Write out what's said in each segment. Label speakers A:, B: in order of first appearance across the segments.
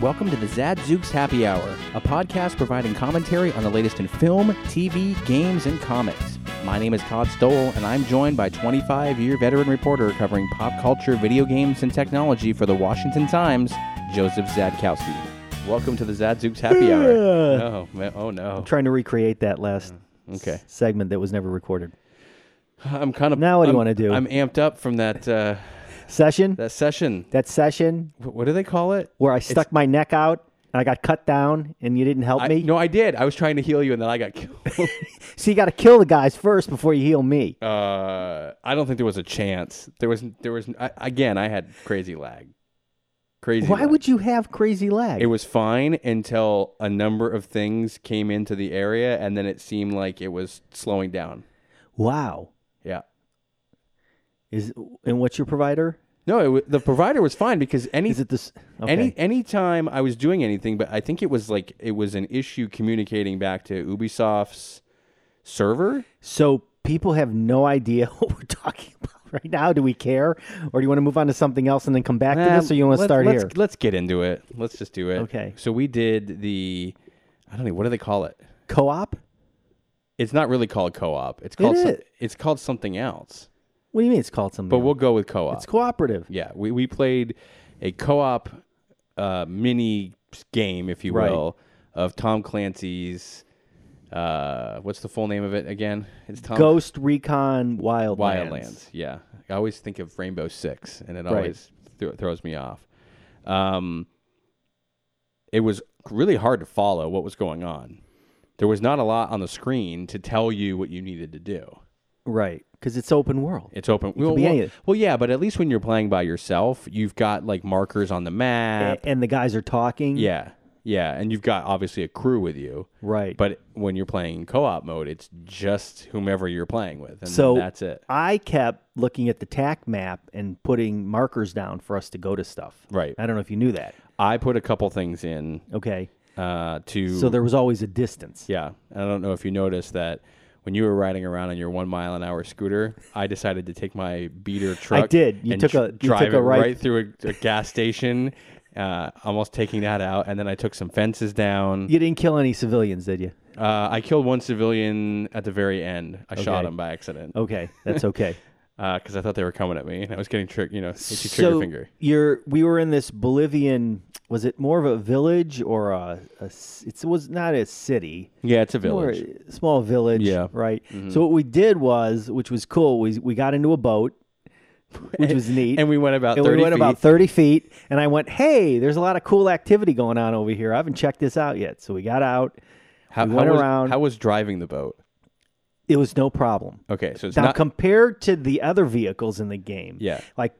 A: welcome to the Zadzooks Happy Hour, a podcast providing commentary on the latest in film, TV, games, and comics. My name is Todd Stoll, and I'm joined by 25 year veteran reporter covering pop culture, video games, and technology for the Washington Times, Joseph Zadkowski. Welcome to the Zadzooks Happy Hour. Oh, man. oh no.
B: trying to recreate that last
A: Okay.
B: segment that was never recorded.
A: I'm kind of.
B: Now what do you
A: I'm-
B: wanna do?
A: I'm amped up from that uh,
B: Session?
A: that session.
B: that session
A: Wh- What do they call it?
B: where I stuck my neck out and I got cut down and you didn't help
A: I,
B: me?
A: no, I did. I was trying to heal you, and then I got killed.
B: So you got to kill the guys first before you heal me.
A: Uh, I don't think there was a chance. There was, there was. I, again, I had crazy lag. Crazy.
B: Why
A: lag.
B: would you have crazy lag?
A: it was fine until a number of things came into the area, and then it seemed like it was slowing down.
B: wow.
A: Yeah.
B: Is and what's your provider?
A: No, it, wa- the provider was fine because any
B: Is it this? Okay.
A: any any time I was doing anything, but I think it was like it was an issue communicating back to Ubisoft's server.
B: so people have no idea what we're talking about right now. Do we care, or do you want to move on to something else and then come back to
A: Nah,
B: this, or you want to
A: let's-
B: start
A: let's,
B: here?
A: Let's get into it. Let's just do it.
B: Okay.
A: So we did the, I don't know what do they call it.
B: Co-op?
A: It's not really called co-op. It's called
B: It
A: some-
B: is.
A: it's called something else.
B: What do you mean it's called something?
A: But
B: else?
A: we'll go with co-op.
B: it's cooperative.
A: yeah, we we played a co-op uh, mini game, if you
B: Right.
A: will, of Tom Clancy's. Uh, what's the full name of it again? It's Tom
B: Ghost Recon Wildlands.
A: Wildlands. Yeah, I always think of Rainbow Six, and it always th- throws me off. Um, it was really hard to follow what was going on. There was not a lot on the screen to tell you what you needed to do.
B: Right, because it's open world.
A: It's open. well,
B: be
A: well-
B: anything.
A: well, yeah, but at least when you're playing by yourself, you've got like markers on the
B: A-
A: map.
B: and the guys are talking.
A: Yeah, yeah, and you've got obviously a crew with you.
B: Right.
A: But when you're playing co-op mode, it's just whomever you're playing with, and
B: so
A: that's it.
B: I kept looking at the TAC map and putting markers down for us to go to stuff.
A: Right.
B: I don't know if you knew that.
A: I put a couple things in
B: Okay.
A: uh, to
B: So there was always a distance.
A: Yeah, and I don't know if you noticed that when you were riding around on your one mile an hour scooter, I decided to take my beater truck.
B: did. You
A: and
B: took a- you
A: drive
B: took a
A: it
B: right-
A: through a, a gas station, uh, almost taking that out, and then I took some fences down.
B: You didn't kill any civilians, did you?
A: Uh, I killed one civilian at the very end. I shot
B: Okay. Oh.
A: him by accident
B: Okay, that's okay.
A: because I thought they were coming at me, and I was getting tricked. You know, hit you trigger
B: so
A: finger.
B: you're we were in this Bolivian. Was it more of a village or a? a s- it was not a city.
A: Yeah, it's a
B: Or
A: village.
B: a small village.
A: Yeah.
B: Right. So what we did was, which was cool, was we got into a boat, which was neat.
A: And we went about
B: and
A: thirty
B: we went
A: feet.
B: about 30 feet and i went hey there's a lot of cool activity going on over here i haven't checked this out yet so we got out
A: how,
B: we
A: how
B: went
A: was,
B: around.
A: How was driving the boat?
B: it was no problem
A: Okay, so it's
B: now
A: not.
B: compared to the other vehicles in the game
A: Yeah.
B: like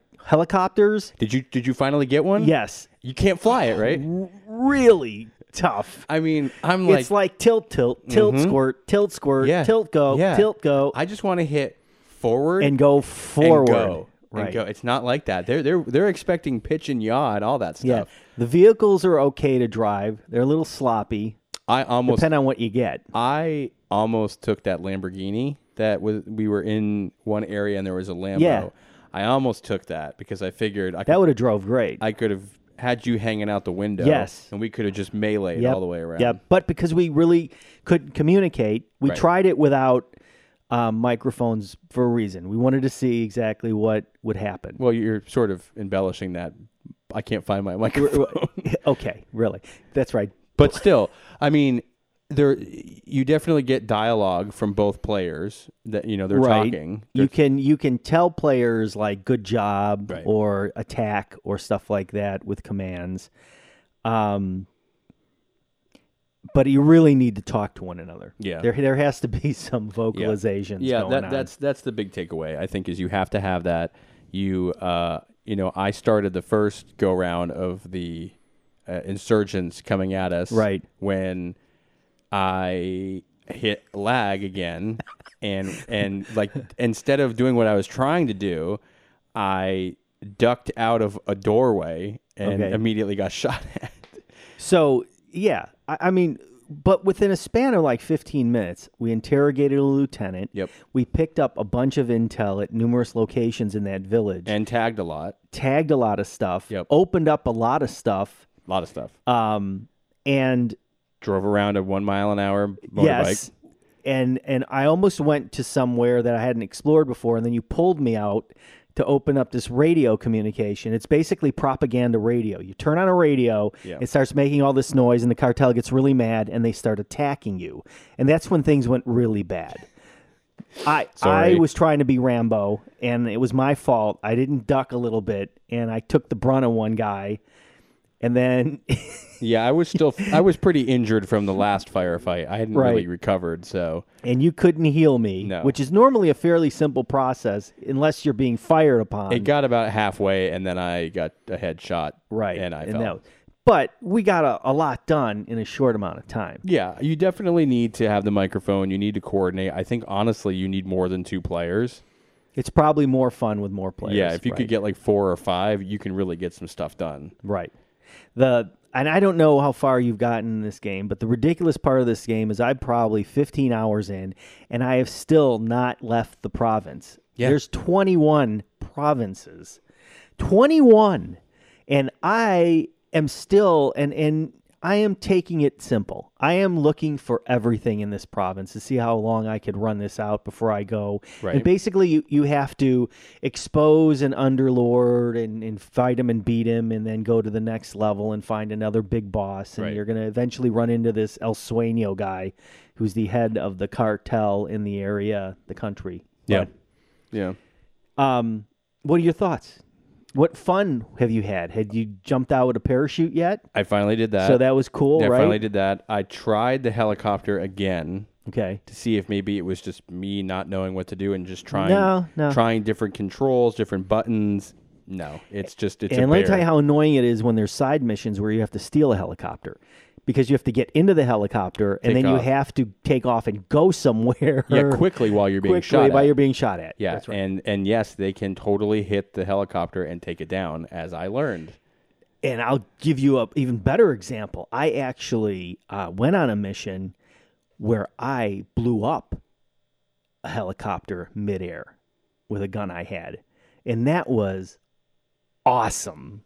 B: helicopters
A: did you did you finally get one?
B: yes
A: You can't fly it, right?
B: r- really tough
A: I mean, I'm like, Mm-hmm.
B: it's like tilt tilt tilt squirt tilt squirt
A: yeah,
B: tilt go
A: yeah.
B: tilt go
A: I just want to hit forward
B: and go forward
A: and go,
B: right
A: and go. It's not like that. They're they're they're expecting pitch and yaw and all that
B: yeah
A: stuff.
B: the vehicles are okay to drive they're a little sloppy
A: I almost
B: depending on what you get
A: I almost took that Lamborghini that was we were in one area and there was a Lambo.
B: Yeah.
A: I almost took that because I figured I could,
B: that would have drove great
A: I could have had you hanging out the window.
B: Yes.
A: and we could have just meleeed all the way around.
B: Yeah, but because we really couldn't communicate, we
A: Right.
B: tried it without um, microphones for a reason. We wanted to see exactly what would happen.
A: Well, you're sort of embellishing that. I can't find my microphone.
B: okay, really, that's right.
A: But still, I mean, there you definitely get dialogue from both players that you know they're
B: Right.
A: talking.
B: You can you can tell players like good job
A: Right.
B: or attack or stuff like that with commands. Um, but you really need to talk to one another.
A: Yeah.
B: there there has to be some vocalizations.
A: yeah,
B: going
A: that,
B: on.
A: that's that's the big takeaway. I think is you have to have that. You uh, you know, I started the first go round of the uh, insurgents coming at us
B: Right.
A: when I hit lag again, and and like instead of doing what I was trying to do, I ducked out of a doorway and
B: Okay.
A: immediately got shot at.
B: So yeah, I, I mean, but within a span of like 15 minutes, we interrogated a lieutenant.
A: Yep.
B: We picked up a bunch of intel at numerous locations in that village.
A: and tagged a lot.
B: tagged a lot of stuff.
A: Yep.
B: Opened up a lot of stuff.
A: A lot of stuff.
B: Um, and
A: Drove around at one mile an hour motorbike.
B: Yes. And and I almost went to somewhere that I hadn't explored before, and then you pulled me out to open up this radio communication. It's basically propaganda radio. You turn on a radio,
A: Yeah.
B: it starts making all this noise, and the cartel gets really mad, and they start attacking you. And that's when things went really bad. I
A: Sorry.
B: I was trying to be Rambo, and it was my fault. I didn't duck a little bit, and I took the brunt of one guy, and then
A: Yeah, I was still I was pretty injured from the last firefight. I hadn't really
B: Right.
A: recovered, so
B: and you couldn't heal me,
A: No.
B: which is normally a fairly simple process unless you're being fired upon.
A: it got about halfway, and then I got a headshot.
B: right.
A: and I fell.
B: that- but we got a, a lot done in a short amount of time.
A: Yeah, you definitely need to have the microphone. You need to coordinate. I think honestly, you need more than two players.
B: It's probably more fun with more players.
A: yeah, if you
B: right?
A: could get like four or five, you can really get some stuff done.
B: Right. The and I don't know how far you've gotten in this game, but the ridiculous part of this game is I'm probably 15 hours in, and I have still not left the province.
A: Yeah.
B: There's 21 provinces, 21, and I am still and and I am taking it simple. I am looking for everything in this province to see how long I could run this out before I go.
A: Right.
B: And basically you, you have to expose an underlord and, and fight him and beat him and then go to the next level and find another big boss and
A: Right.
B: you're going to eventually run into this el sueño guy who's the head of the cartel in the area the country
A: yeah.
B: But, um what are your thoughts what fun have you had had you jumped out with a parachute yet
A: I finally did that.
B: so that was cool
A: yeah, I
B: right
A: finally did that. I tried the helicopter again
B: okay
A: to see if maybe it was just me not knowing what to do and just trying
B: No, no.
A: trying different controls, different buttons. No, it's just it's a
B: and let me
A: bear.
B: tell you how annoying it is when there's side missions where you have to steal a helicopter because you have to get into the helicopter
A: Take
B: and then
A: off.
B: you have to take off and go somewhere
A: yeah, quickly while you're being
B: quickly
A: shot
B: while
A: at.
B: you're being shot at.
A: yeah, and and yes, they can totally hit the helicopter and take it down, as I learned.
B: And I'll give you a even better example. I actually uh, went on a mission where I blew up a helicopter midair with a gun I had, and that was awesome.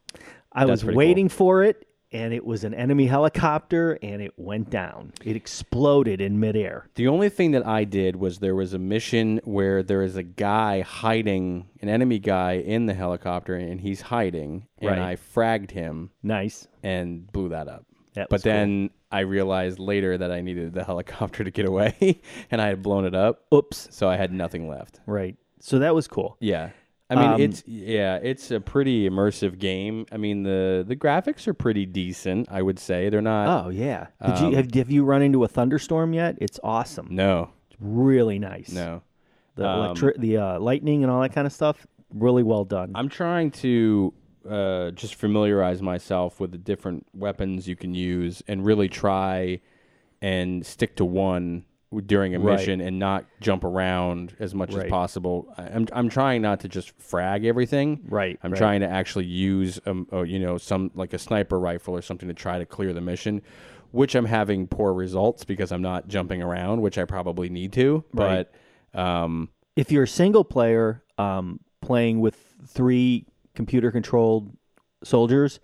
B: I
A: That's
B: was
A: pretty
B: waiting for it, and it was an enemy helicopter, and it went down. It exploded in midair.
A: The only thing that I did was there was a mission where there is a guy hiding, an enemy guy in the helicopter, and he's hiding, and
B: Right.
A: I fragged him
B: Nice.
A: and blew that up.
B: That
A: but
B: was cool.
A: then I realized later that I needed the helicopter to get away, and I had blown it up,
B: Oops.
A: so I had nothing left.
B: Right. So that was cool.
A: Yeah. I mean,
B: Um,
A: it's yeah, it's a pretty immersive game. I mean, the the graphics are pretty decent. I would say they're not.
B: Oh yeah. Did
A: Um,
B: you have, have you run into a thunderstorm yet? It's awesome.
A: No,
B: Really nice.
A: no.
B: The electri- the uh, lightning and all that kind of stuff. Really well done.
A: I'm trying to uh, just familiarize myself with the different weapons you can use, and really try and stick to one during a
B: Right.
A: mission, and not jump around as much as
B: Right.
A: possible. I- I'm I'm trying not to just frag everything.
B: Right,
A: I'm
B: right.
A: trying to actually use um, uh, you know, some like a sniper rifle or something to try to clear the mission, which I'm having poor results because I'm not jumping around, which I probably need to.
B: Right.
A: But um,
B: if you're a single player um, playing with three computer controlled soldiers,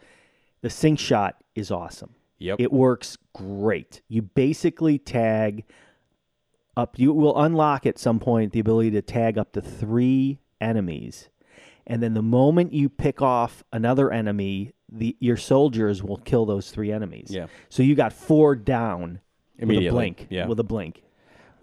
B: the sync shot is awesome.
A: yep,
B: It works great. You basically tag up, you will unlock at some point the ability to tag up to three enemies. And then the moment you pick off another enemy, the, your soldiers will kill those three enemies.
A: Yeah.
B: So you got four down with
A: Immediately,
B: a blink.
A: yeah.
B: With a blink.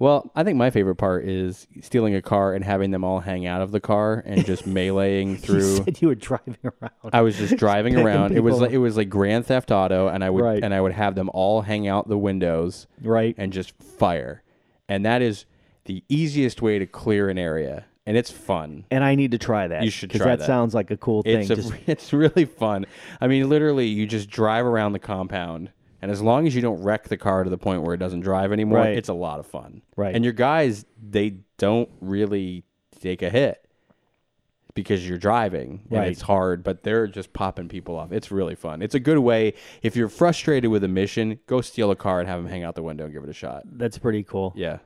A: Well, I think my favorite part is stealing a car and having them all hang out of the car and just meleeing
B: You
A: through.
B: said you were driving around.
A: I was just driving
B: picking
A: around. It was
B: people
A: like it was like Grand Theft Auto, and I would
B: Right.
A: and I would have them all hang out the windows
B: right.
A: and just fire, and that is the easiest way to clear an area, and it's fun.
B: and I need to try that.
A: You should
B: 'cause
A: try
B: that,
A: that.
B: sounds like a cool thing.
A: It's a,
B: Just
A: it's really fun. I mean, literally, you just drive around the compound, and as long as you don't wreck the car to the point where it doesn't drive anymore,
B: Right.
A: it's a lot of fun.
B: Right.
A: And your guys, they don't really take a hit because you're driving and
B: Right.
A: it's hard, but they're just popping people off. It's really fun. It's a good way if you're frustrated with a mission, go steal a car and have them hang out the window and give it a shot.
B: that's pretty cool.
A: Yeah.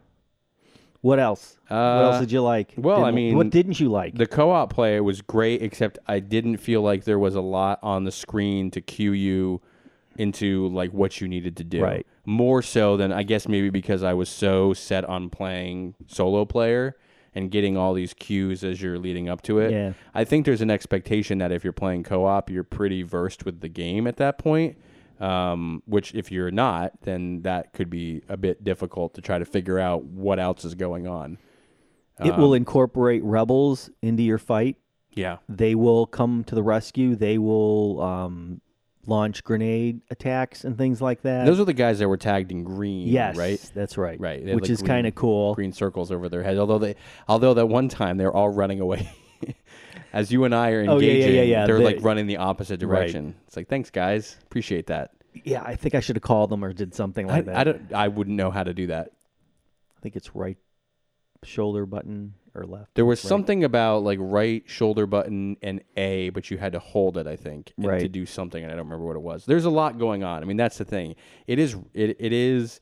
B: What else? what
A: Uh,
B: else did you like?
A: well,
B: Didn't-
A: I mean-
B: what didn't you like?
A: The co-op play was great, except I didn't feel like there was a lot on the screen to cue you into like what you needed to do.
B: Right.
A: More so than I guess maybe because I was so set on playing solo player and getting all these cues as you're leading up to it.
B: Yeah.
A: I think there's an expectation that if you're playing co-op, you're pretty versed with the game at that point. Um, which if you're not, then that could be a bit difficult to try to figure out what else is going on.
B: it
A: Um,
B: will incorporate rebels into your fight.
A: Yeah.
B: They will come to the rescue. They will um, launch grenade attacks and things like that.
A: Those are the guys that were tagged in green,
B: yes,
A: right?
B: That's right.
A: Right, they had,
B: Which
A: like,
B: is
A: green-
B: kind of cool.
A: green circles over their heads. Although they, although that one time they're all running away. As you and I are engaging,
B: Oh, yeah, yeah, yeah, yeah.
A: they're
B: They-
A: like running the opposite direction. It's like, thanks, guys, appreciate that.
B: Yeah, I think I should have called them or did something like that.
A: I, I don't, I wouldn't know how to do that.
B: I think it's right shoulder button or left.
A: There was something about like right shoulder button and A, but you had to hold it, I think, and to
B: Right.
A: do something, and I don't remember what it was. There's a lot going on. I mean, that's the thing. It is, it, it is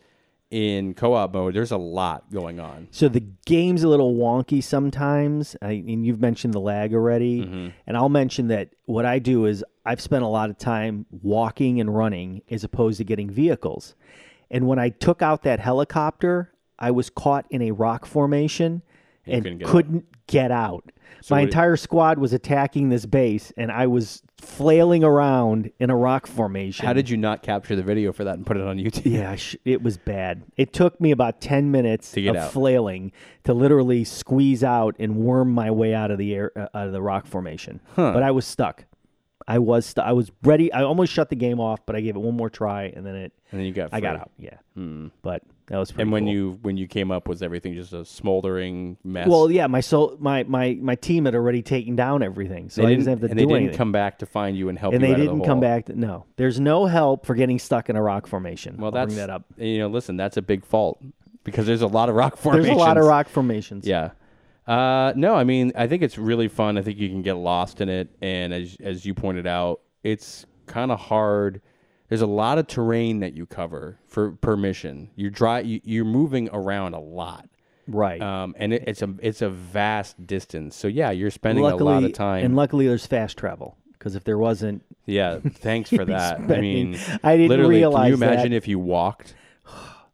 A: in co-op mode. There's a lot going on.
B: So the game's a little wonky sometimes. I and you've mentioned the lag already,
A: Mm-hmm.
B: and I'll mention that what I do is I've spent a lot of time walking and running as opposed to getting vehicles. And when I took out that helicopter, I was caught in a rock formation and
A: couldn't
B: couldn't
A: get
B: get,
A: out.
B: out.
A: what
B: My
A: it-
B: entire squad was attacking this base, and I was flailing around in a rock formation.
A: How did you not capture the video for that and put it on YouTube?
B: Yeah, I sh- it was bad. It took me about 10 minutes
A: To get
B: of
A: out.
B: flailing to literally squeeze out and worm my way out of the air uh, out of the rock formation. But I was stuck. I was stu- I was ready. I almost shut the game off, but I gave it one more try and then it
A: And then you got,
B: I got
A: free.
B: out. Yeah. But that was
A: Hmm.
B: pretty
A: And when
B: cool.
A: you when you came up, was everything just a smoldering mess?
B: Well, yeah, my soul my my my team had already taken down everything. So
A: they
B: I
A: didn't,
B: didn't have to
A: and
B: do
A: they didn't
B: anything.
A: come back to find you and help.
B: and
A: you
B: they
A: out of the
B: didn't come
A: hole.
B: back. To, no. There's no help for getting stuck in a rock formation.
A: Well,
B: I'll
A: that's
B: bring that up.
A: You know, listen, that's a big fault because there's a lot of rock formations.
B: There's a lot of rock formations.
A: Yeah. Uh, no, I mean, I think it's really fun. I think you can get lost in it, and as as you pointed out, it's kind of hard. There's a lot of terrain that you cover for permission. You drive, you, you're moving around a lot,
B: Right.
A: um, and it, it's a it's a vast distance. So yeah, you're spending a lot of time.
B: And luckily, there's fast travel because if there wasn't,
A: Yeah, thanks for that. I mean,
B: I didn't
A: literally,
B: realize
A: Can you imagine
B: that.
A: if you walked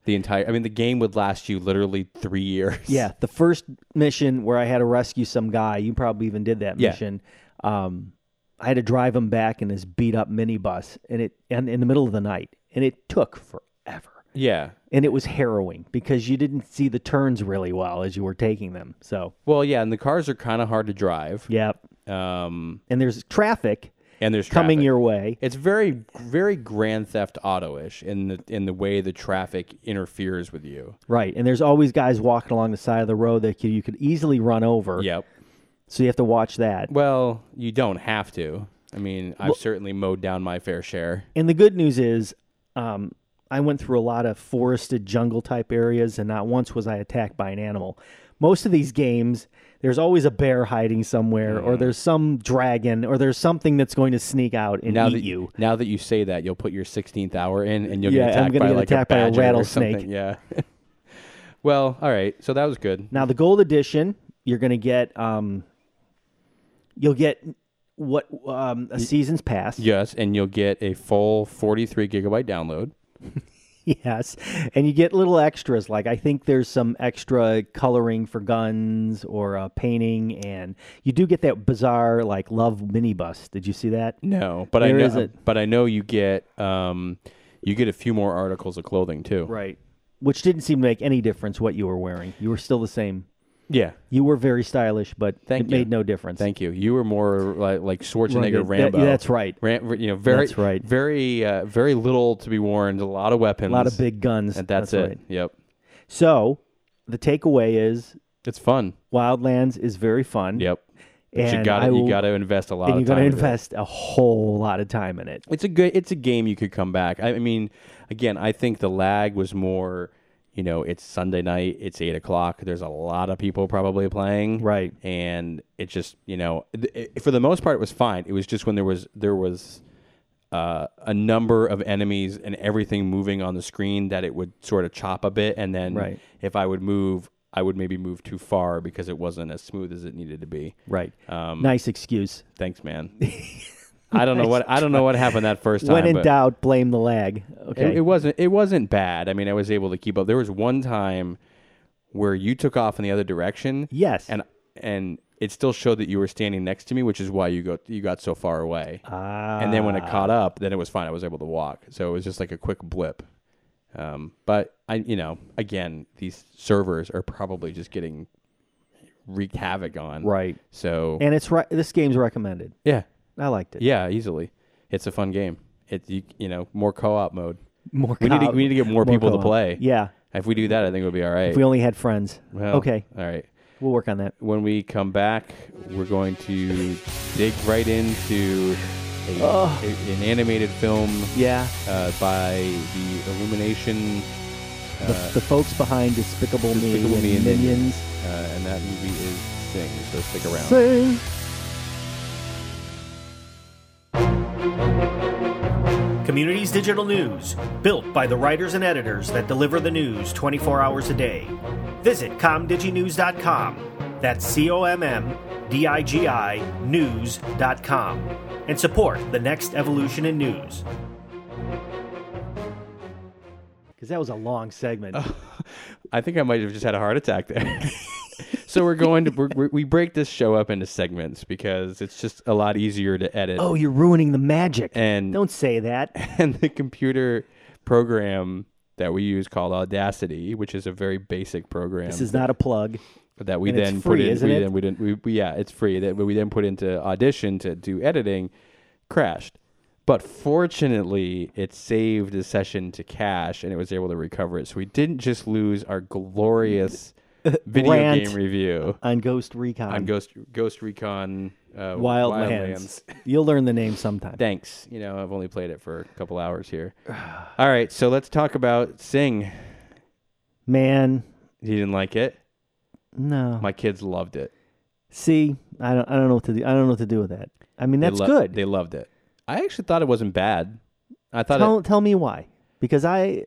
A: the entire? I mean, the game would last you literally three years.
B: yeah, the first mission where I had to rescue some guy, you probably even did that
A: Yeah.
B: mission. Um, I had to drive him back in this beat up minibus, and it and in the middle of the night, and it took forever.
A: yeah.
B: And it was harrowing because you didn't see the turns really well as you were taking them. So,
A: Well, yeah, and the cars are kind of hard to drive.
B: yeah.
A: Um,
B: And there's traffic
A: and there's
B: coming
A: traffic.
B: your way.
A: It's very, very Grand Theft Auto-ish in the in the way the traffic interferes with you.
B: Right. And there's always guys walking along the side of the road that you you could easily run over.
A: Yep.
B: So you have to watch that.
A: Well, you don't have to. I mean, I've certainly mowed down my fair share.
B: And the good news is, um, I went through a lot of forested jungle type areas, and not once was I attacked by an animal. Most of these games, there's always a bear hiding somewhere,
A: Mm.
B: or there's some dragon, or there's something that's going to sneak out and
A: Now
B: eat
A: that
B: you.
A: now that you say that, you'll put your 16th hour in, and you'll get
B: Yeah, I'm
A: attacked
B: gonna
A: by
B: get
A: like
B: attacked by a
A: badger or
B: rattlesnake.
A: something. Yeah. well, all right. So that was good.
B: Now, the gold edition, you're going to get, um, you'll get what um, a season's pass.
A: Yes, and you'll get a full 43 gigabyte download.
B: Yes. And you get little extras. Like, I think there's some extra coloring for guns or uh, painting. And you do get that bizarre, like, love minibus. Did you see that?
A: No, but
B: There
A: I know.
B: is it.
A: But I know you get um, you get a few more articles of clothing too.
B: Right. Which didn't seem to make any difference what you were wearing. You were still the same.
A: Yeah.
B: You were very stylish, but
A: Thank
B: it
A: you.
B: made no difference.
A: Thank you. You were more like like Schwarzenegger
B: Rugged. That-
A: Rambo.
B: that's right.
A: Ram, you know, very
B: That's right.
A: Very uh, very little to be worn. A lot of weapons.
B: A lot of big guns.
A: And that's, it.
B: right.
A: Yep.
B: So, the takeaway is
A: It's fun.
B: Wildlands is very fun.
A: Yep. But you
B: And
A: got to
B: I
A: you
B: will-
A: got to invest a lot.
B: And
A: of
B: you're going to
A: time in it.
B: invest a whole lot of time in it.
A: it's a good it's a game you could come back i I mean again i think the lag was more you know it's sunday night it's eight o'clock there's a lot of people probably playing
B: Right.
A: and it just you know th- it, for the most part it was fine it was just when there was there was uh, a number of enemies and everything moving on the screen that it would sort of chop a bit and then
B: Right.
A: if i would move i would maybe move too far because it wasn't as smooth as it needed to be
B: Right.
A: um,
B: nice excuse.
A: thanks man I don't know what I don't know what happened that first time.
B: when in
A: but
B: doubt, blame the lag. Okay.
A: it, it wasn't it wasn't bad. I mean, I was able to keep up. There was one time where you took off in the other direction.
B: yes.
A: and and it still showed that you were standing next to me, which is why you go you got so far away.
B: Ah,
A: and then when it caught up, then it was fine. I was able to walk, so it was just like a quick blip. Um, but I, you know, again, these servers are probably just getting wreaked havoc on.
B: right.
A: So
B: And it's right. This game's recommended.
A: yeah,
B: I liked it.
A: yeah, easily. It's a fun game. It you, you know more co-op mode.
B: More.
A: We need to,
B: co-
A: we need to get more, people to
B: co-op.
A: play.
B: Yeah.
A: If we do that, I think it would be all right.
B: If we only had friends.
A: Well,
B: okay.
A: All right.
B: We'll work on that.
A: When we come back, we're going to dig right into a,
B: Oh.
A: a- an animated film
B: Yeah.
A: uh, by the Illumination,
B: The, the folks behind Despicable,
A: Despicable
B: Me,
A: Me
B: and
A: and
B: Minions.
A: uh, and that movie is Sing. So stick around.
B: Sing.
C: Communities Digital News, built by the writers and editors that deliver the news 24 hours a day. Visit comdiginews.com. That's C O M M D I G I news.com. And support the next evolution in news.
B: Because that was a long segment.
A: I think I might have just had a heart attack there. so we're going to we're, we- we break this show up into segments because it's just a lot easier to edit.
B: oh, you're ruining the magic.
A: and
B: Don't say that.
A: and the computer program that we use called Audacity, which is a very basic program.
B: This is not a plug.
A: that we
B: And it's
A: then put
B: free,
A: in.
B: isn't
A: we
B: it?
A: then we didn't. We, we- yeah, it's free. That we then put into audition to do editing. Crashed, but fortunately, it saved the session to cache, and it was able to recover it. So we didn't just lose our glorious video
B: Rant.
A: game review
B: On Ghost Recon.
A: on Ghost Ghost Recon uh,
B: Wildlands. You'll learn the name sometime.
A: Thanks. You know, I've only played it for a couple hours here. All right, so let's talk about Sing.
B: Man,
A: He didn't like it.
B: no.
A: My kids loved it.
B: See, I don't. I don't know what to do. I don't know what to do with that. I mean,
A: They
B: that's
A: lo-
B: good.
A: They loved it. I actually thought it wasn't bad. I thought it,
B: tell, tell me why because i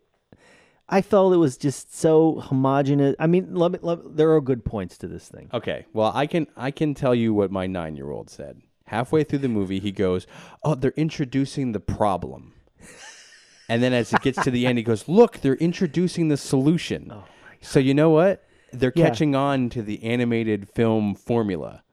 B: i felt it was just so homogenous i mean let me, let, there are good points to this thing
A: Okay. Well, I can I can tell you what my 9-year-old said. Halfway through the movie, he goes, "Oh, they're introducing the problem." and then as it gets to the end, he goes, "Look, they're introducing the solution." so you know what? They're
B: Oh Yeah.
A: catching on to the animated film formula.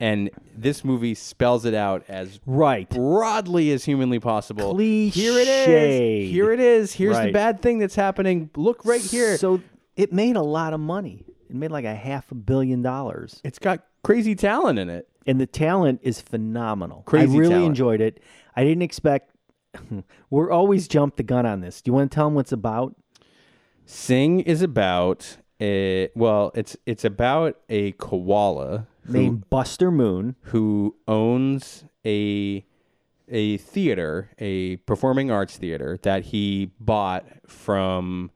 A: And this movie spells it out as
B: right
A: broadly as humanly possible. Here it
B: Cliched.
A: is. Here it is. Here's the
B: Right.
A: bad thing that's happening. Look right here.
B: so it made a lot of money it made like a half a billion dollars
A: it's got crazy talent in it.
B: and the talent is phenomenal
A: Crazy
B: i really
A: talent.
B: enjoyed it i didn't expect we're always jump the gun on this do you want to tell them what's about
A: Sing is about a well, it's it's about a koala
B: named buster moon
A: who owns a a theater, a performing arts theater that he bought from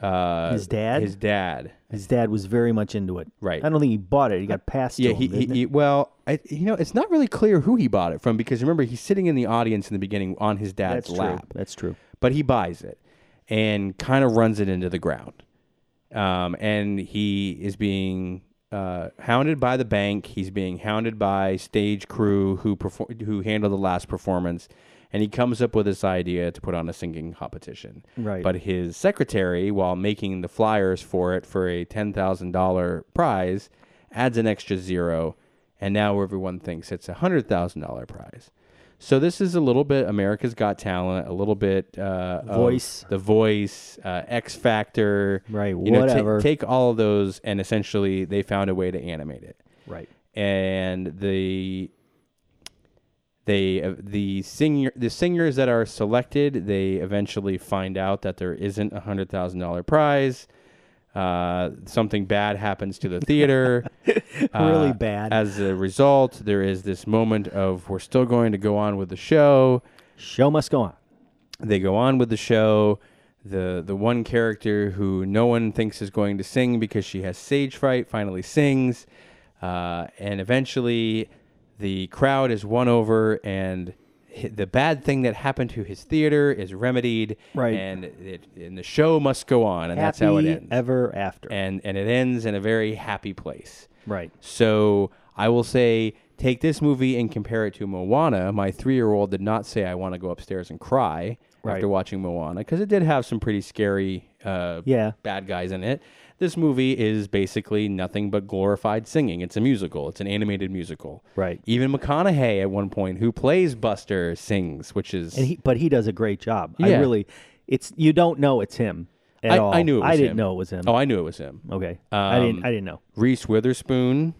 A: uh,
B: His dad?
A: His dad.
B: his dad was very much into it
A: Right.
B: i don't think he bought it he got passed
A: Yeah,
B: to him
A: he, he,
B: didn't it?
A: he- well, I, you know, it's not really clear who he bought it from because remember he's sitting in the audience in the beginning on his dad's
B: that's true
A: lap.
B: that's true
A: but he buys it and kind of runs it into the ground. Um, and he is being uh, hounded by the bank. He's being hounded by stage crew who perform- who handled the last performance. And he comes up with this idea to put on a singing competition.
B: Right.
A: But his secretary, while making the flyers for it for a ten thousand dollar prize, adds an extra zero, and now everyone thinks it's a hundred thousand dollar prize. So this is a little bit America's Got Talent, a little bit uh, of
B: Voice.
A: the Voice, uh, X Factor,
B: Right,
A: You know, ta-
B: whatever.
A: take all of those, and essentially they found a way to animate it,
B: right
A: and the they uh, the singer the singers that are selected they eventually find out that there isn't a hundred thousand dollar prize. Uh, something bad happens to the theater.
B: really
A: Uh,
B: bad.
A: As a result, there is this moment of we're still going to go on with the show.
B: Show must go on.
A: They go on with the show. The the one character who no one thinks is going to sing because she has stage fright finally sings, uh, and eventually the crowd is won over and. hi- The bad thing that happened to his theater is remedied,
B: Right.
A: And it, and the show must go on, and that's how it
B: Happy
A: ends.
B: Ever after.
A: and and it ends in a very happy place.
B: right.
A: So I will say Take this movie and compare it to Moana. My three year old did not say I want to go upstairs and cry
B: Right.
A: after watching Moana because it did have some pretty scary uh,
B: Yeah.
A: bad guys in it. This movie is basically nothing but glorified singing. It's a musical, it's an animated musical.
B: Right.
A: Even McConaughey at one point, who plays Buster, sings, which is.
B: And he, but he does a great job. I
A: Yeah.
B: really, it's you don't know it's him at
A: I,
B: all.
A: I knew it was
B: I
A: him.
B: didn't know it was him.
A: Oh, I knew it was him.
B: okay. I didn't. I didn't know.
A: Reese Witherspoon,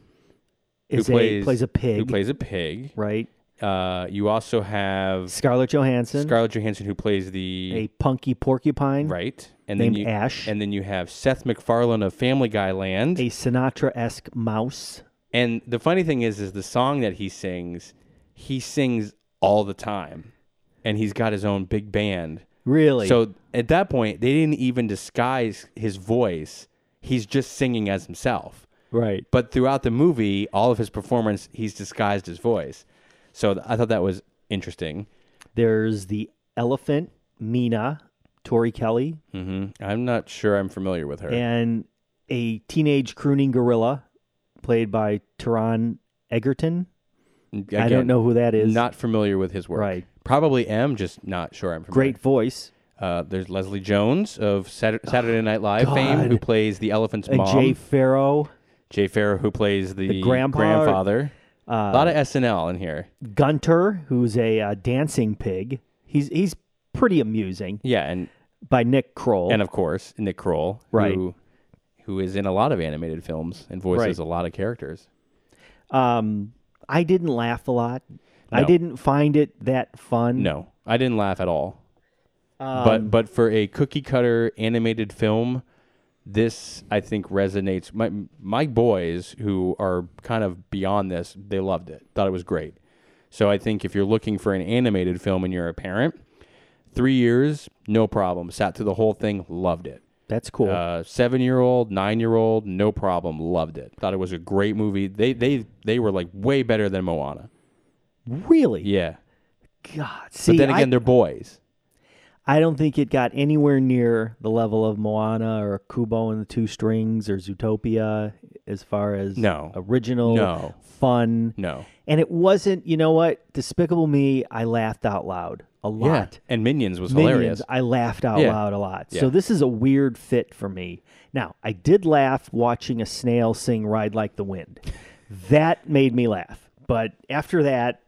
B: Is
A: who
B: a-
A: plays,
B: plays a pig,
A: Who plays a pig.
B: right?
A: Uh, you also have
B: Scarlett Johansson,
A: Scarlett Johansson, who plays the
B: a punky porcupine,
A: right, and
B: named
A: then you,
B: Ash.
A: and then you have Seth MacFarlane of Family Guy Land.
B: a Sinatra-esque mouse.
A: and the funny thing is, is the song that he sings, he sings all the time, and he's got his own big band.
B: Really?
A: So at that point, they didn't even disguise his voice. He's just singing as himself.
B: right.
A: But throughout the movie, all of his performance, he's disguised his voice. So th- I thought that was interesting.
B: There's the elephant, Mina, Tori Kelly,
A: hmm I'm not sure I'm familiar with her.
B: and a teenage crooning gorilla, played by Taron Egerton.
A: Again,
B: I don't know who that is.
A: Not familiar with his work.
B: Right.
A: Probably am, just not sure I'm familiar.
B: great voice.
A: Uh, there's Leslie Jones of Saturday, Saturday Night Live fame,
B: God.
A: who plays the elephant's
B: And
A: mom.
B: Jay Farrow,
A: Jay Farrow, who plays the,
B: grandpa-
A: grandfather. a
B: uh,
A: lot of SNL in here.
B: Gunter, who's a uh, dancing pig. He's he's pretty amusing.
A: Yeah, and
B: By Nick Kroll.
A: and of course Nick Kroll,
B: Right.
A: who who is in a lot of animated films and voices a lot of characters.
B: um, I didn't laugh a lot. I
A: No.
B: didn't find it that fun. Uh,
A: No, I didn't laugh at all.
B: Um,
A: but but for a cookie cutter animated film, this I think resonates. My my boys who are kind of beyond this, they loved it. Thought it was great. So I think if you're looking for an animated film and you're a parent, three years, no problem. Sat through the whole thing, loved it.
B: That's cool.
A: Uh, seven year old, nine year old, no problem, loved it. Thought it was a great movie. They they they were like way better than Moana.
B: really?
A: Yeah.
B: God.
A: But
B: See,
A: then
B: I-
A: again, they're boys.
B: I don't think it got anywhere near the level of Moana or Kubo and the Two Strings or Zootopia as far as
A: No.
B: original
A: No.
B: fun.
A: No.
B: And it wasn't, you know what? Despicable Me, I laughed out loud a lot.
A: And Minions was
B: Minions,
A: hilarious.
B: I laughed out
A: Yeah.
B: loud a lot.
A: Yeah.
B: So this is a weird fit for me. Now, I did laugh watching a snail sing Ride Like the Wind. that made me laugh. But after that,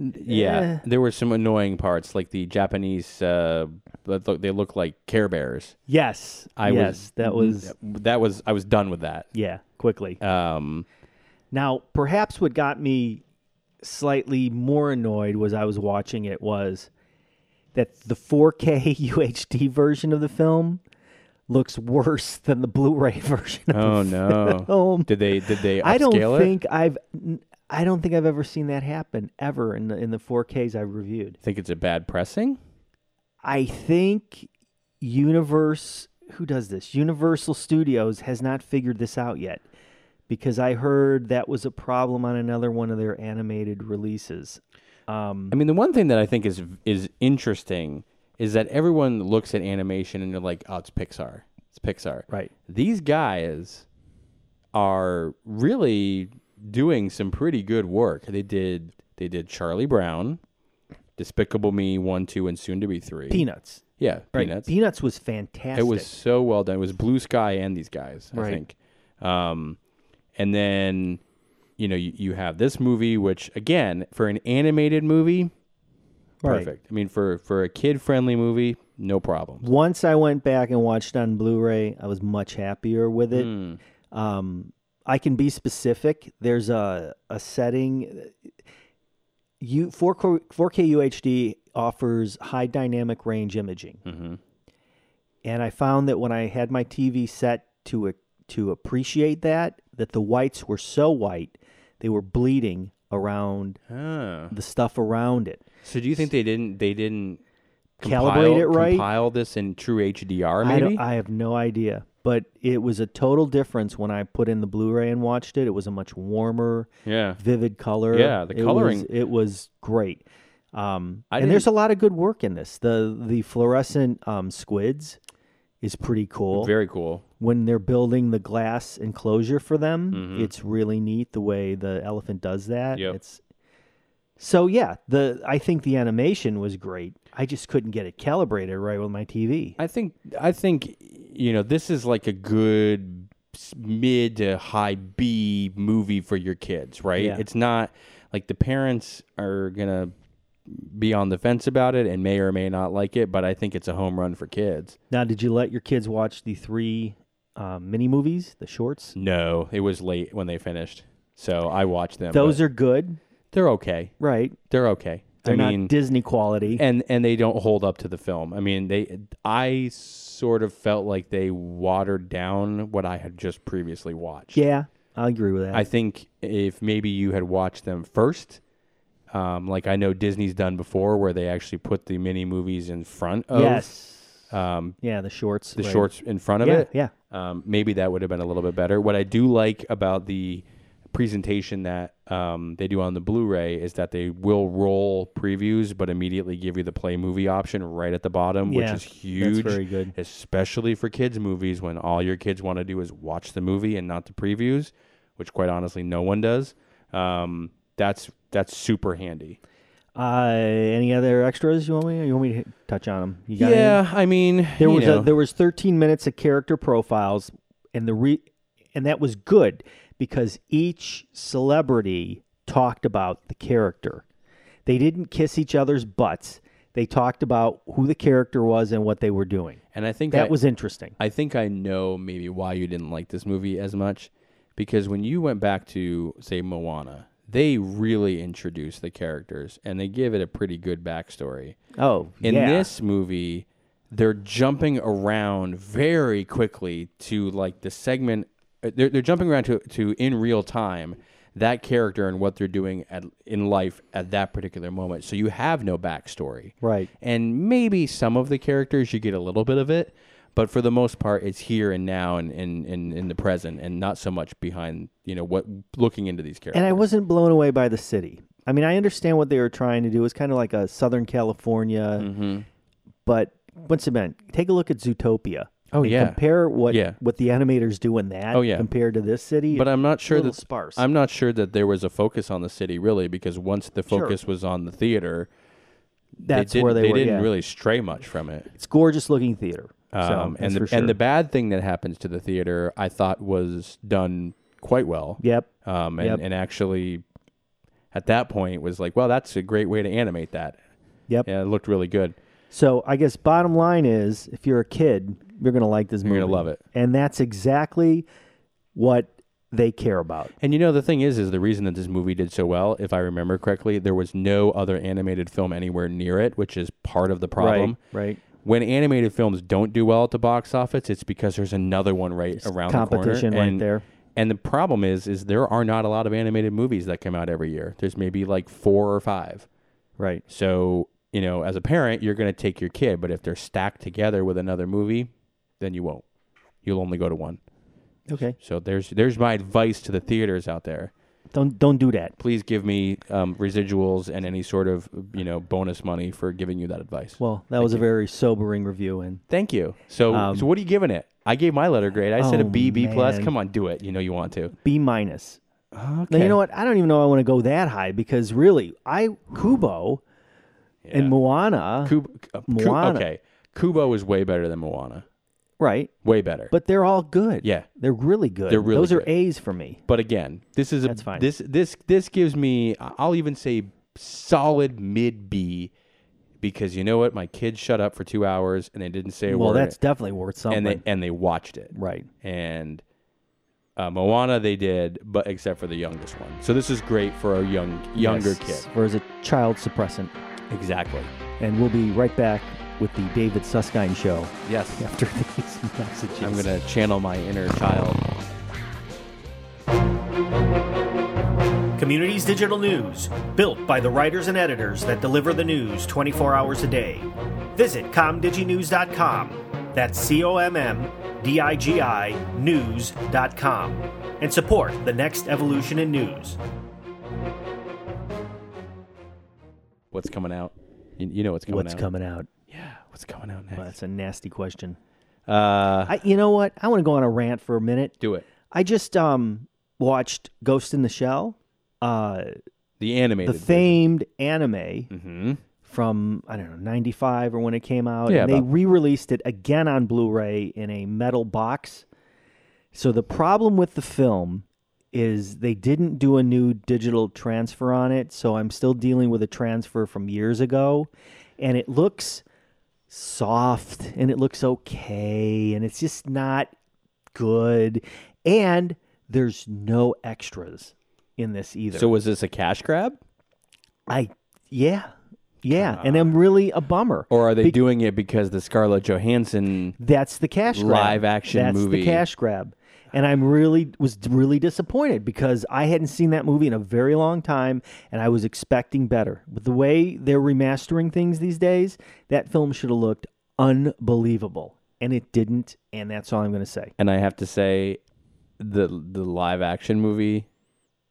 A: Yeah, there were some annoying parts, like the Japanese. Uh, that look, they look like Care Bears.
B: yes.
A: I
B: yes,
A: was- Mm-hmm.
B: that was
A: That was I was done with that.
B: yeah, quickly.
A: Um,
B: Now, perhaps what got me slightly more annoyed was I was watching it was that the 4K UHD version of the film looks worse than the Blu-ray version of
A: oh
B: the
A: no,
B: film.
A: did they did they upscale
B: I don't
A: it?
B: think I've n- I don't think I've ever seen that happen ever in the in the 4Ks I've reviewed.
A: Think it's a bad pressing?
B: I think Universe, who does this? Universal Studios has not figured this out yet because I heard that was a problem on another one of their animated releases. Um,
A: I mean, the one thing that I think is is interesting is that everyone looks at animation and they're like, oh, it's Pixar. It's Pixar.
B: right.
A: These guys are really doing some pretty good work. They did they did Charlie Brown, Despicable Me one, two, and soon to be three.
B: Peanuts.
A: Yeah,
B: Right.
A: Peanuts.
B: Peanuts was fantastic.
A: It was so well done. It was Blue Sky and these guys, I
B: Right.
A: think. Um, and then, you know, you, you have this movie, which again, for an animated movie,
B: Right.
A: perfect. I mean, for for a kid friendly movie, no problem.
B: Once I went back and watched on Blu-ray, I was much happier with it.
A: Mm.
B: Um, I can be specific. There's a a setting. You 4K 4K UHD offers high dynamic range imaging,
A: hmm
B: and I found that when I had my TV set to a, to appreciate that, that the whites were so white they were bleeding around
A: Ah.
B: the stuff around it.
A: So do you think they didn't they didn't
B: Calibrate
A: compile-
B: it right?
A: Compile this in true HDR,
B: I,
A: maybe.
B: don't, I have no idea, but it was a total difference when I put in the Blu-ray and watched it. It was a much warmer.
A: yeah.
B: vivid color.
A: Yeah, the
B: It was-
A: coloring-
B: It was, great. Um,
A: I
B: and there's a lot of good work in this. The the fluorescent um, squids is pretty cool.
A: Very cool.
B: when they're building the glass enclosure for them,
A: Mhm.
B: it's really neat the way the elephant does that.
A: Yep.
B: It's so yeah, the I think the animation was great. I just couldn't get it calibrated right with my TV.
A: I think I think you know this is like a good s- mid to high B movie for your kids, right?
B: Yeah.
A: It's not like the parents are gonna be on the fence about it and may or may not like it, but I think it's a home run for kids.
B: now, did you let your kids watch the three um, mini movies, the shorts?
A: No, it was late when they finished, so I watched them.
B: Those are good,
A: they're okay.
B: right?
A: They're okay.
B: They're
A: I mean,
B: not Disney quality.
A: and and they don't hold up to the film. I mean, they I sort of felt like they watered down what I had just previously watched.
B: yeah, I agree with that.
A: I think if maybe you had watched them first, um, like I know Disney's done before, where they actually put the mini movies in front of
B: yes,
A: um,
B: yeah, the shorts,
A: the
B: right.
A: shorts in front of
B: Yeah,
A: it.
B: yeah.
A: Um, maybe that would have been a little bit better. What I do like about the presentation that um, they do on the Blu-ray is that they will roll previews, but immediately give you the play movie option right at the bottom,
B: Yeah,
A: which is
B: that's
A: huge.
B: very good.
A: especially for kids movies when all your kids want to do is watch the movie and not the previews, which quite honestly no one does. Um, that's that's super handy.
B: Uh, any other extras you want me? You want me to hit- touch on them? You got any?
A: yeah, I mean,
B: There
A: you
B: was
A: know.
B: a, there was 13 minutes of character profiles, and the re and that was good because each celebrity talked about the character. They didn't kiss each other's butts. They talked about who the character was and what they were doing.
A: and I think
B: That
A: I-
B: was interesting.
A: I think I know maybe why you didn't like this movie as much because when you went back to say Moana, they really introduced the characters and they give it a pretty good backstory.
B: Oh,
A: In
B: yeah.
A: this movie, they're jumping around very quickly to like the segment uh, they're, they're jumping around to, to in real time that character and what they're doing at, in life at that particular moment. So you have no backstory.
B: right.
A: And maybe some of the characters you get a little bit of it, but for the most part, it's here and now and in in, in the present, and not so much behind. You know what? Looking into these characters.
B: And I wasn't blown away by the city. I mean, I understand what they were trying to do. It's kind of like a Southern California,
A: Mm-hmm.
B: but once again, take a look at Zootopia.
A: Oh,
B: And
A: yeah.
B: compare what
A: Yeah.
B: what the animators do in that.
A: Oh, yeah.
B: compared to this city.
A: but I'm not sure
B: little
A: that
B: sparse.
A: I'm not sure that there was a focus on the city really, because once the focus was on the theater,
B: that's
A: they didn't,
B: where they, were.
A: didn't
B: yeah.
A: really stray much from it.
B: It's gorgeous looking theater. So,
A: Um,
B: that's
A: and the
B: for sure.
A: and the bad thing that happens to the theater, I thought was done quite well.
B: yep.
A: um, and,
B: Yep.
A: and actually at that point was like, well, that's a great way to animate that.
B: Yep.
A: Yeah, it looked really good.
B: So I guess bottom line is, if you're a kid, you're gonna like this
A: You're
B: movie.
A: gonna love it.
B: and that's exactly what they care about.
A: And you know, the thing is, is the reason that this movie did so well, if I remember correctly, there was no other animated film anywhere near it, which is part of the problem.
B: Right. Right.
A: When animated films don't do well at the box office, it's because there's another one right around
B: competition
A: the corner.
B: right
A: and,
B: there.
A: And the problem is, is there are not a lot of animated movies that come out every year. There's maybe like four or five.
B: Right.
A: So, you know, as a parent, you're going to take your kid, but if they're stacked together with another movie, then you won't. You'll only go to one.
B: Okay.
A: So there's there's my advice to the theaters out there.
B: Don't don't do that.
A: Please give me um, residuals and any sort of you know bonus money for giving you that advice.
B: Well, that was a very sobering review, and
A: thank you. So so what are you giving it? I gave my letter grade. I said a
B: Um, Oh,
A: B B plus.
B: man.
A: Come on, do it. You know you want to.
B: B minus.
A: Okay.
B: Now you know what? I don't even know I want to go that high because really, I Kubo and Moana,
A: Kubo, uh, Ku-
B: Moana.
A: okay. Kubo is way better than Moana.
B: right?
A: Way better.
B: But they're all good.
A: Yeah.
B: they're really good.
A: They're really
B: Those are
A: good.
B: A's for me.
A: But again, this is a
B: That's fine.
A: this this this gives me I'll even say solid mid B because you know what my kids shut up for 2 hours and they didn't say a
B: well,
A: word
B: that's definitely worth something.
A: and they and they watched it.
B: right.
A: And uh, Moana they did, but except for the youngest one. So this is great for a young younger
B: Yes, Or as a child suppressant.
A: kid. Exactly.
B: And we'll be right back with the David Susskind show
A: Yes.
B: after these messages.
A: I'm going to channel my inner child.
C: Communities Digital News, built by the writers and editors that deliver the news 24 hours a day. Visit comdiginews.com. That's C O M M D I G I news.com. And support the next evolution in news.
A: What's coming out? You, you know what's coming
B: What's
A: out.
B: coming out?
A: yeah, what's coming out next?
B: Well, that's a nasty question.
A: Uh,
B: I, you know what? I want to go on a rant for a minute.
A: do it.
B: I just um watched Ghost in the Shell, uh,
A: The
B: the
A: animated.
B: famed anime
A: Mm-hmm.
B: from I don't know ninety five or when it came out.
A: Yeah,
B: and they
A: about-
B: re released it again on Blu Ray in a metal box. So the problem with the film is they didn't do a new digital transfer on it. So I'm still dealing with a transfer from years ago, and it looks soft and it looks okay and it's just not good and there's no extras in this either
A: So was this a cash grab,
B: i yeah yeah and i'm really a bummer
A: or are they
B: Be-
A: doing it because the Scarlett Johansson?
B: that's the cash grab
A: Live action
B: that's
A: movie.
B: the cash grab and i'm really was really disappointed because i hadn't seen that movie in a very long time and i was expecting better but the way they're remastering things these days that film should have looked unbelievable and it didn't and that's all i'm going to say
A: And I have to say, the the live action movie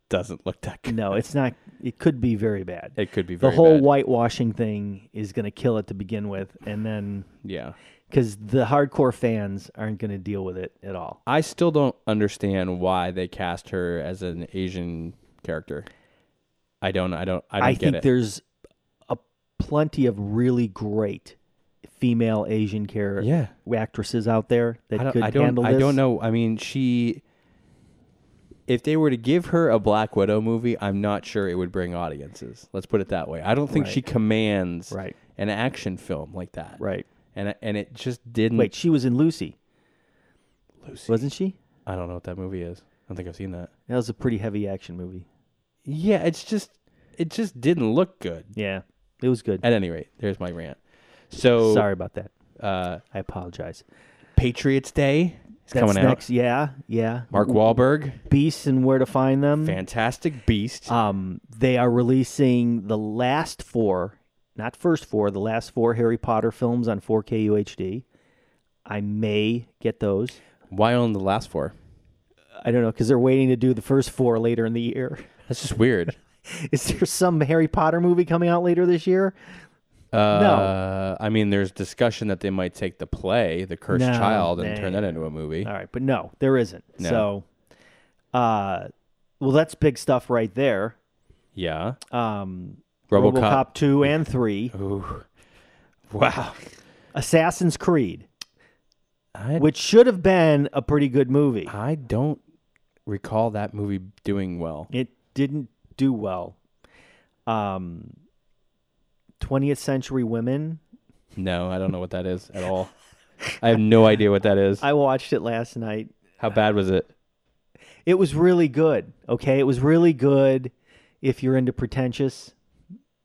A: doesn't look that good.
B: No, it's not. It could be very bad.
A: It could be
B: the
A: very
B: whole
A: bad.
B: whitewashing thing is going to kill it to begin with, and then
A: yeah.
B: because the hardcore fans aren't going to deal with it at all.
A: I still don't understand why they cast her as an Asian character. I don't. I don't. I don't
B: I,
A: get
B: think
A: it.
B: there's a plenty of really great female Asian character
A: Yeah.
B: actresses out there
A: I
B: that
A: don't.
B: could
A: I don't.
B: handle
A: I
B: this.
A: don't know. I mean, she. If they were to give her a Black Widow movie, I'm not sure it would bring audiences. Let's put it that way. I don't think she commands
B: Right.
A: an action film like that.
B: Right.
A: And and it just didn't.
B: Wait, she was in Lucy,
A: Mm. Lucy.
B: wasn't she?
A: I don't know what that movie is. I don't think I've seen that.
B: That was a pretty heavy action movie.
A: Yeah, it's just it just didn't look good.
B: Yeah, it was good.
A: At any rate, there's my rant. So
B: Sorry about that.
A: Uh,
B: I apologize.
A: Patriots Day is
B: That's
A: coming
B: next. Yeah, yeah.
A: out. Mark Wahlberg,
B: Beasts and where to find them.
A: fantastic beast.
B: Um, they are releasing the last four, not first four, the last four Harry Potter films on 4K UHD. I may get those.
A: Why on the last four?
B: I don't know because they're waiting to do the first four later in the year.
A: That's just weird.
B: Is there some Harry Potter movie coming out later this year?
A: Uh, no, I mean, there's discussion that they might take the play, the cursed
B: No,
A: child, and
B: they-
A: turn that into a movie.
B: All right, but no, there isn't.
A: No.
B: So, uh, well, that's big stuff right there.
A: Yeah,
B: Um,
A: RoboCop.
B: two and three,
A: Ooh. Wow.
B: Assassin's Creed,
A: I
B: which should have been a pretty good movie.
A: I don't recall that movie doing well.
B: It didn't do well. Um, 20th Century Women.
A: No, I don't know what that is at all. I have no idea what that is.
B: I watched it last night.
A: How bad was it?
B: It was really good. Okay, it was really good. If you're into pretentious,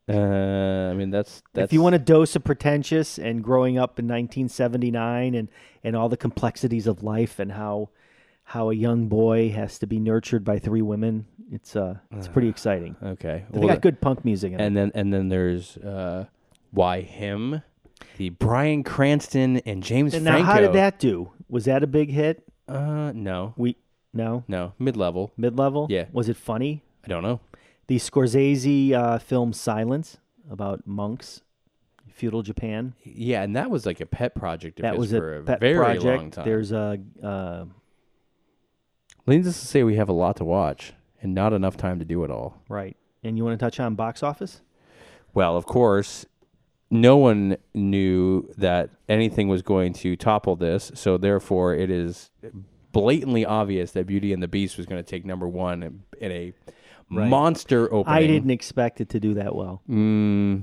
A: Uh, I mean, that's that's
B: if you want a dose of pretentious and growing up in 1979 and and all the complexities of life and how how a young boy has to be nurtured by three women, it's uh it's pretty exciting.
A: okay.
B: They
A: Well,
B: got good punk music in it.
A: and then and then there's uh, why him, the Brian Cranston and James
B: And now,
A: Franco.
B: how did that do? Was that a big hit?
A: Uh, no,
B: We no.
A: no, mid level.
B: mid level.
A: Yeah.
B: Was it funny?
A: I don't know.
B: The Scorsese uh, film Silence about monks, feudal Japan.
A: Yeah, and that was like a pet project. Of
B: That
A: his
B: was
A: for
B: a
A: a
B: pet
A: very
B: project.
A: long time.
B: There's a uh,
A: Needless to say, we have a lot to watch and not enough time to do it all.
B: right. And you want to touch on box office?
A: Well, of course, no one knew that anything was going to topple this, so therefore it is blatantly obvious that Beauty and the Beast was going to take number one in, in a monster opening.
B: I didn't expect it to do that well,
A: Mm,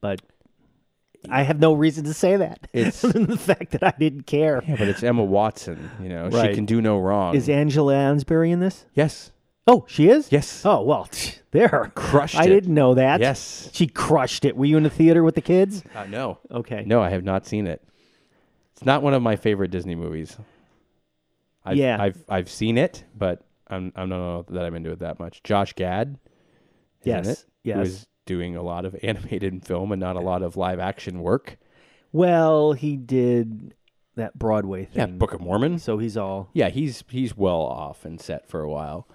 B: but I have no reason to say that.
A: It's-
B: Other than the fact that I didn't care.
A: yeah, but it's Emma Watson. You know, she
B: Right.
A: can do no wrong.
B: Is Angela Lansbury in this?
A: yes,
B: Oh, she is.
A: yes,
B: Oh well, there.
A: Crushed
B: I
A: it.
B: didn't know that.
A: yes.
B: She crushed it. Were you in the theater with the kids?
A: Uh, no,
B: Okay.
A: no, I have not seen it. It's not one of my favorite Disney movies. I've,
B: Yeah.
A: I've I've seen it, but I'm I don't know that I'm into it that much. Josh Gad. is in
B: Yes.
A: it,
B: Yes.
A: Who is doing a lot of animated film and not a lot of live action work.
B: Well, he did that Broadway thing.
A: Yeah, Book of Mormon.
B: So he's all
A: Yeah, he's he's well off and set for a while.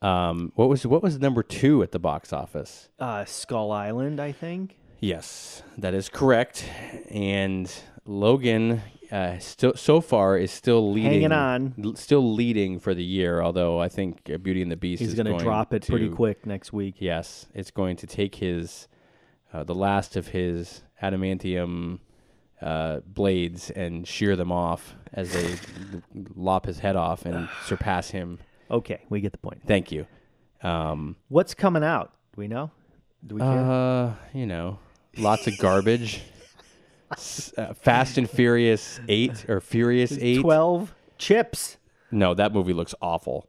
A: Um, what was what was number two at the box office?
B: uh, Skull Island, I think.
A: Yes, that is correct. And Logan uh, still so far is still leading,
B: Hanging on.
A: l- still leading for the year. Although I think uh, Beauty and the Beast
B: He's
A: is
B: gonna
A: going
B: drop it pretty
A: to-
B: quick next week.
A: Yes, it's going to take his uh, the last of his adamantium uh, blades and shear them off as they lop his head off and surpass him.
B: Okay, we get the point.
A: Thank you. Um,
B: What's coming out? Do we know? Do we care?
A: uh, you know, lots of garbage. S- uh, Fast and Furious Eight or Furious Eight?
B: Twelve chips.
A: No, that movie looks awful.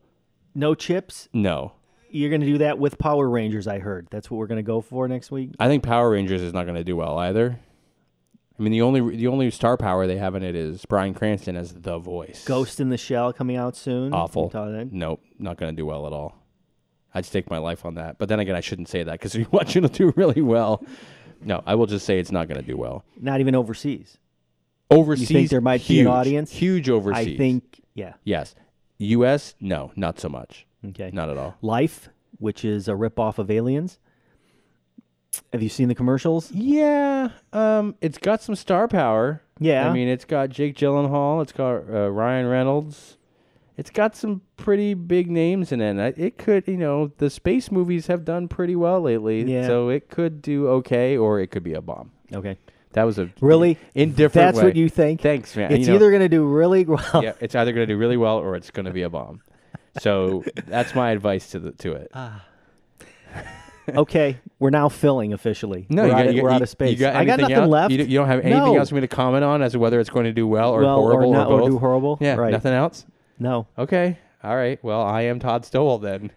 B: No chips.
A: No,
B: You're gonna do that with Power Rangers. I heard that's what we're gonna go for next week.
A: I think Power Rangers is not going to do well either. I mean, the only the only star power they have in it is Brian Cranston as the voice.
B: Ghost in the Shell coming out soon.
A: awful.
B: We saw that.
A: Nope, not going to do well at all. I'd stake my life on that. But then again, I shouldn't say that because you watch it'll do really well. No, I will just say it's not going to do well.
B: Not even overseas.
A: Overseas,
B: there might be an
A: huge,
B: audience?
A: Huge overseas.
B: I think. Yeah.
A: yes. U.S. No, not so much.
B: Okay.
A: Not at all.
B: Life, which is a ripoff of Aliens. Have you seen the commercials?
A: Yeah, um, it's got some star power.
B: Yeah.
A: I mean, it's got Jake Gyllenhaal. It's got uh, Ryan Reynolds. It's got some pretty big names in it. I- It could, you know, the space movies have done pretty well lately.
B: Yeah.
A: So it could do okay, or it could be a bomb.
B: Okay.
A: That was a
B: Really?
A: indifferent.
B: That's
A: way.
B: what you think?
A: Thanks, man.
B: It's
A: You know,
B: either going to do really well.
A: yeah, it's either going to do really well or it's going to be a bomb. So that's my advice to the to it.
B: okay, we're now filling officially.
A: No,
B: we're,
A: you got,
B: out, of,
A: you
B: we're out
A: you-
B: of space.
A: You got
B: I got
A: anything
B: nothing
A: else?
B: left.
A: You, don't- you don't have anything
B: No.
A: else for me to comment on as to whether it's going to do well or
B: Well, or
A: horrible
B: not- or
A: both?
B: do horrible?
A: Yeah,
B: Right.
A: nothing else.
B: No,
A: Okay, all right. Well, I am Todd Stowell then.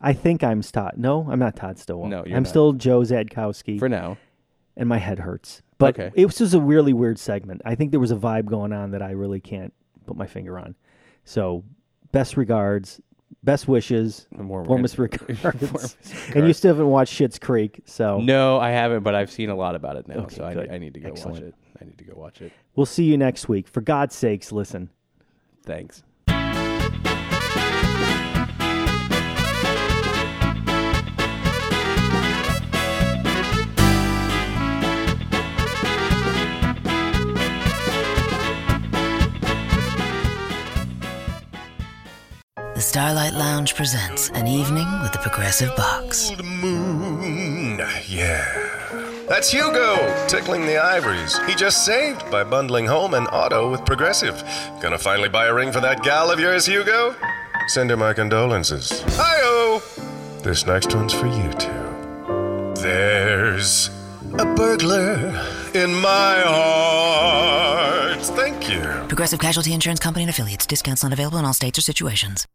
B: I think I'm Todd. No, I'm not Todd Stowell.
A: No, you're
B: I'm
A: not.
B: still Joe Zadkowski,
A: For now,
B: and my head hurts. But
A: Okay.
B: it was just a really weird segment. I think there was a vibe going on that I really can't put my finger on. So, best regards, best wishes,
A: Warm-
B: warmest regards.
A: Warmest
B: And you
A: regards.
B: still haven't watched Shit's Creek, so
A: no, I haven't, but I've seen a lot about it now, so I,
B: good.
A: I need to go watch
B: Excellent.
A: it. I need to go watch it.
B: we'll see you next week. For God's sakes, listen.
A: Thanks.
D: The Starlight Lounge presents an evening with the Progressive Box.
E: Old moon. Yeah. That's Hugo tickling the ivories. He just saved by bundling home and auto with Progressive. Gonna finally buy a ring for that gal of yours, Hugo? Send her my condolences. Hi-oh! This next one's for you two. There's a burglar in my heart. Thank you.
D: Progressive Casualty Insurance Company and affiliates. Discounts not available in all states or situations.